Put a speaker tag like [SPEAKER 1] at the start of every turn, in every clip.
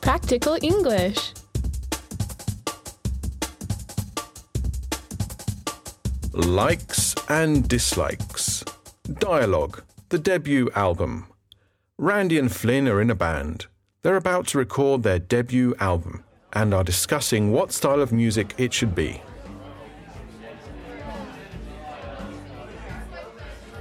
[SPEAKER 1] Practical English.
[SPEAKER 2] Likes and Dislikes. Dialogue, the debut album. Randy and Flynn are in a band. They're about to record their debut album and are discussing what style of music it should be.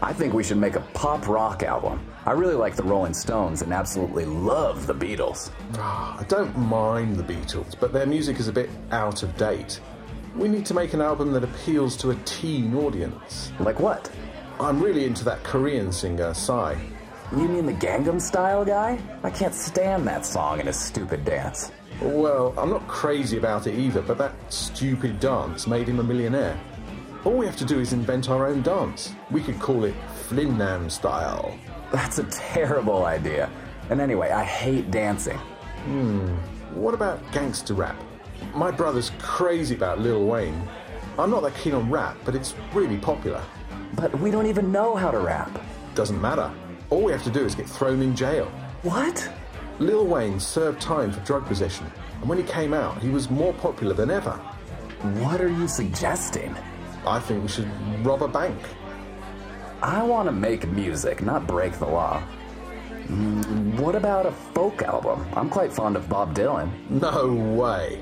[SPEAKER 3] I think we should make a pop rock album. I really like the Rolling Stones and absolutely love the Beatles.
[SPEAKER 2] I don't mind the Beatles, but their music is a bit out of date. We need to make an album that appeals to a teen audience.
[SPEAKER 3] Like what?
[SPEAKER 2] I'm really into that Korean singer, Psy.
[SPEAKER 3] You mean the Gangnam Style guy? I can't stand that song and his stupid dance.
[SPEAKER 2] Well, I'm not crazy about it either, but that stupid dance made him a millionaire. All we have to do is invent our own dance. We could call it Flinnam style.
[SPEAKER 3] That's a terrible idea. And anyway, I hate dancing.
[SPEAKER 2] What about gangster rap? My brother's crazy about Lil Wayne. I'm not that keen on rap, but it's really popular.
[SPEAKER 3] But we don't even know how to rap.
[SPEAKER 2] Doesn't matter. All we have to do is get thrown in jail.
[SPEAKER 3] What?
[SPEAKER 2] Lil Wayne served time for drug possession, and when he came out, he was more popular than ever.
[SPEAKER 3] What are you suggesting?
[SPEAKER 2] I think we should rob a bank.
[SPEAKER 3] I want to make music, not break the law. Mm, What about a folk album? I'm quite fond of Bob Dylan.
[SPEAKER 2] No way.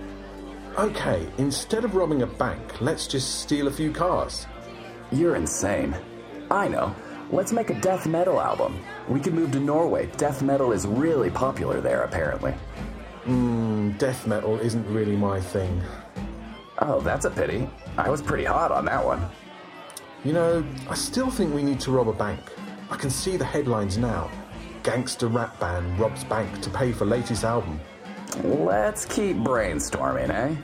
[SPEAKER 2] Okay, instead of robbing a bank, let's just steal a few cars.
[SPEAKER 3] You're insane. I know. Let's make a death metal album. We could move to Norway. Death metal is really popular there, apparently.
[SPEAKER 2] Death metal isn't really my thing.
[SPEAKER 3] Oh, that's a pity. I was pretty hot on that one.
[SPEAKER 2] You know, I still think we need to rob a bank. I can see the headlines now. Gangster rap band robs bank to pay for latest album.
[SPEAKER 3] Let's keep brainstorming, eh?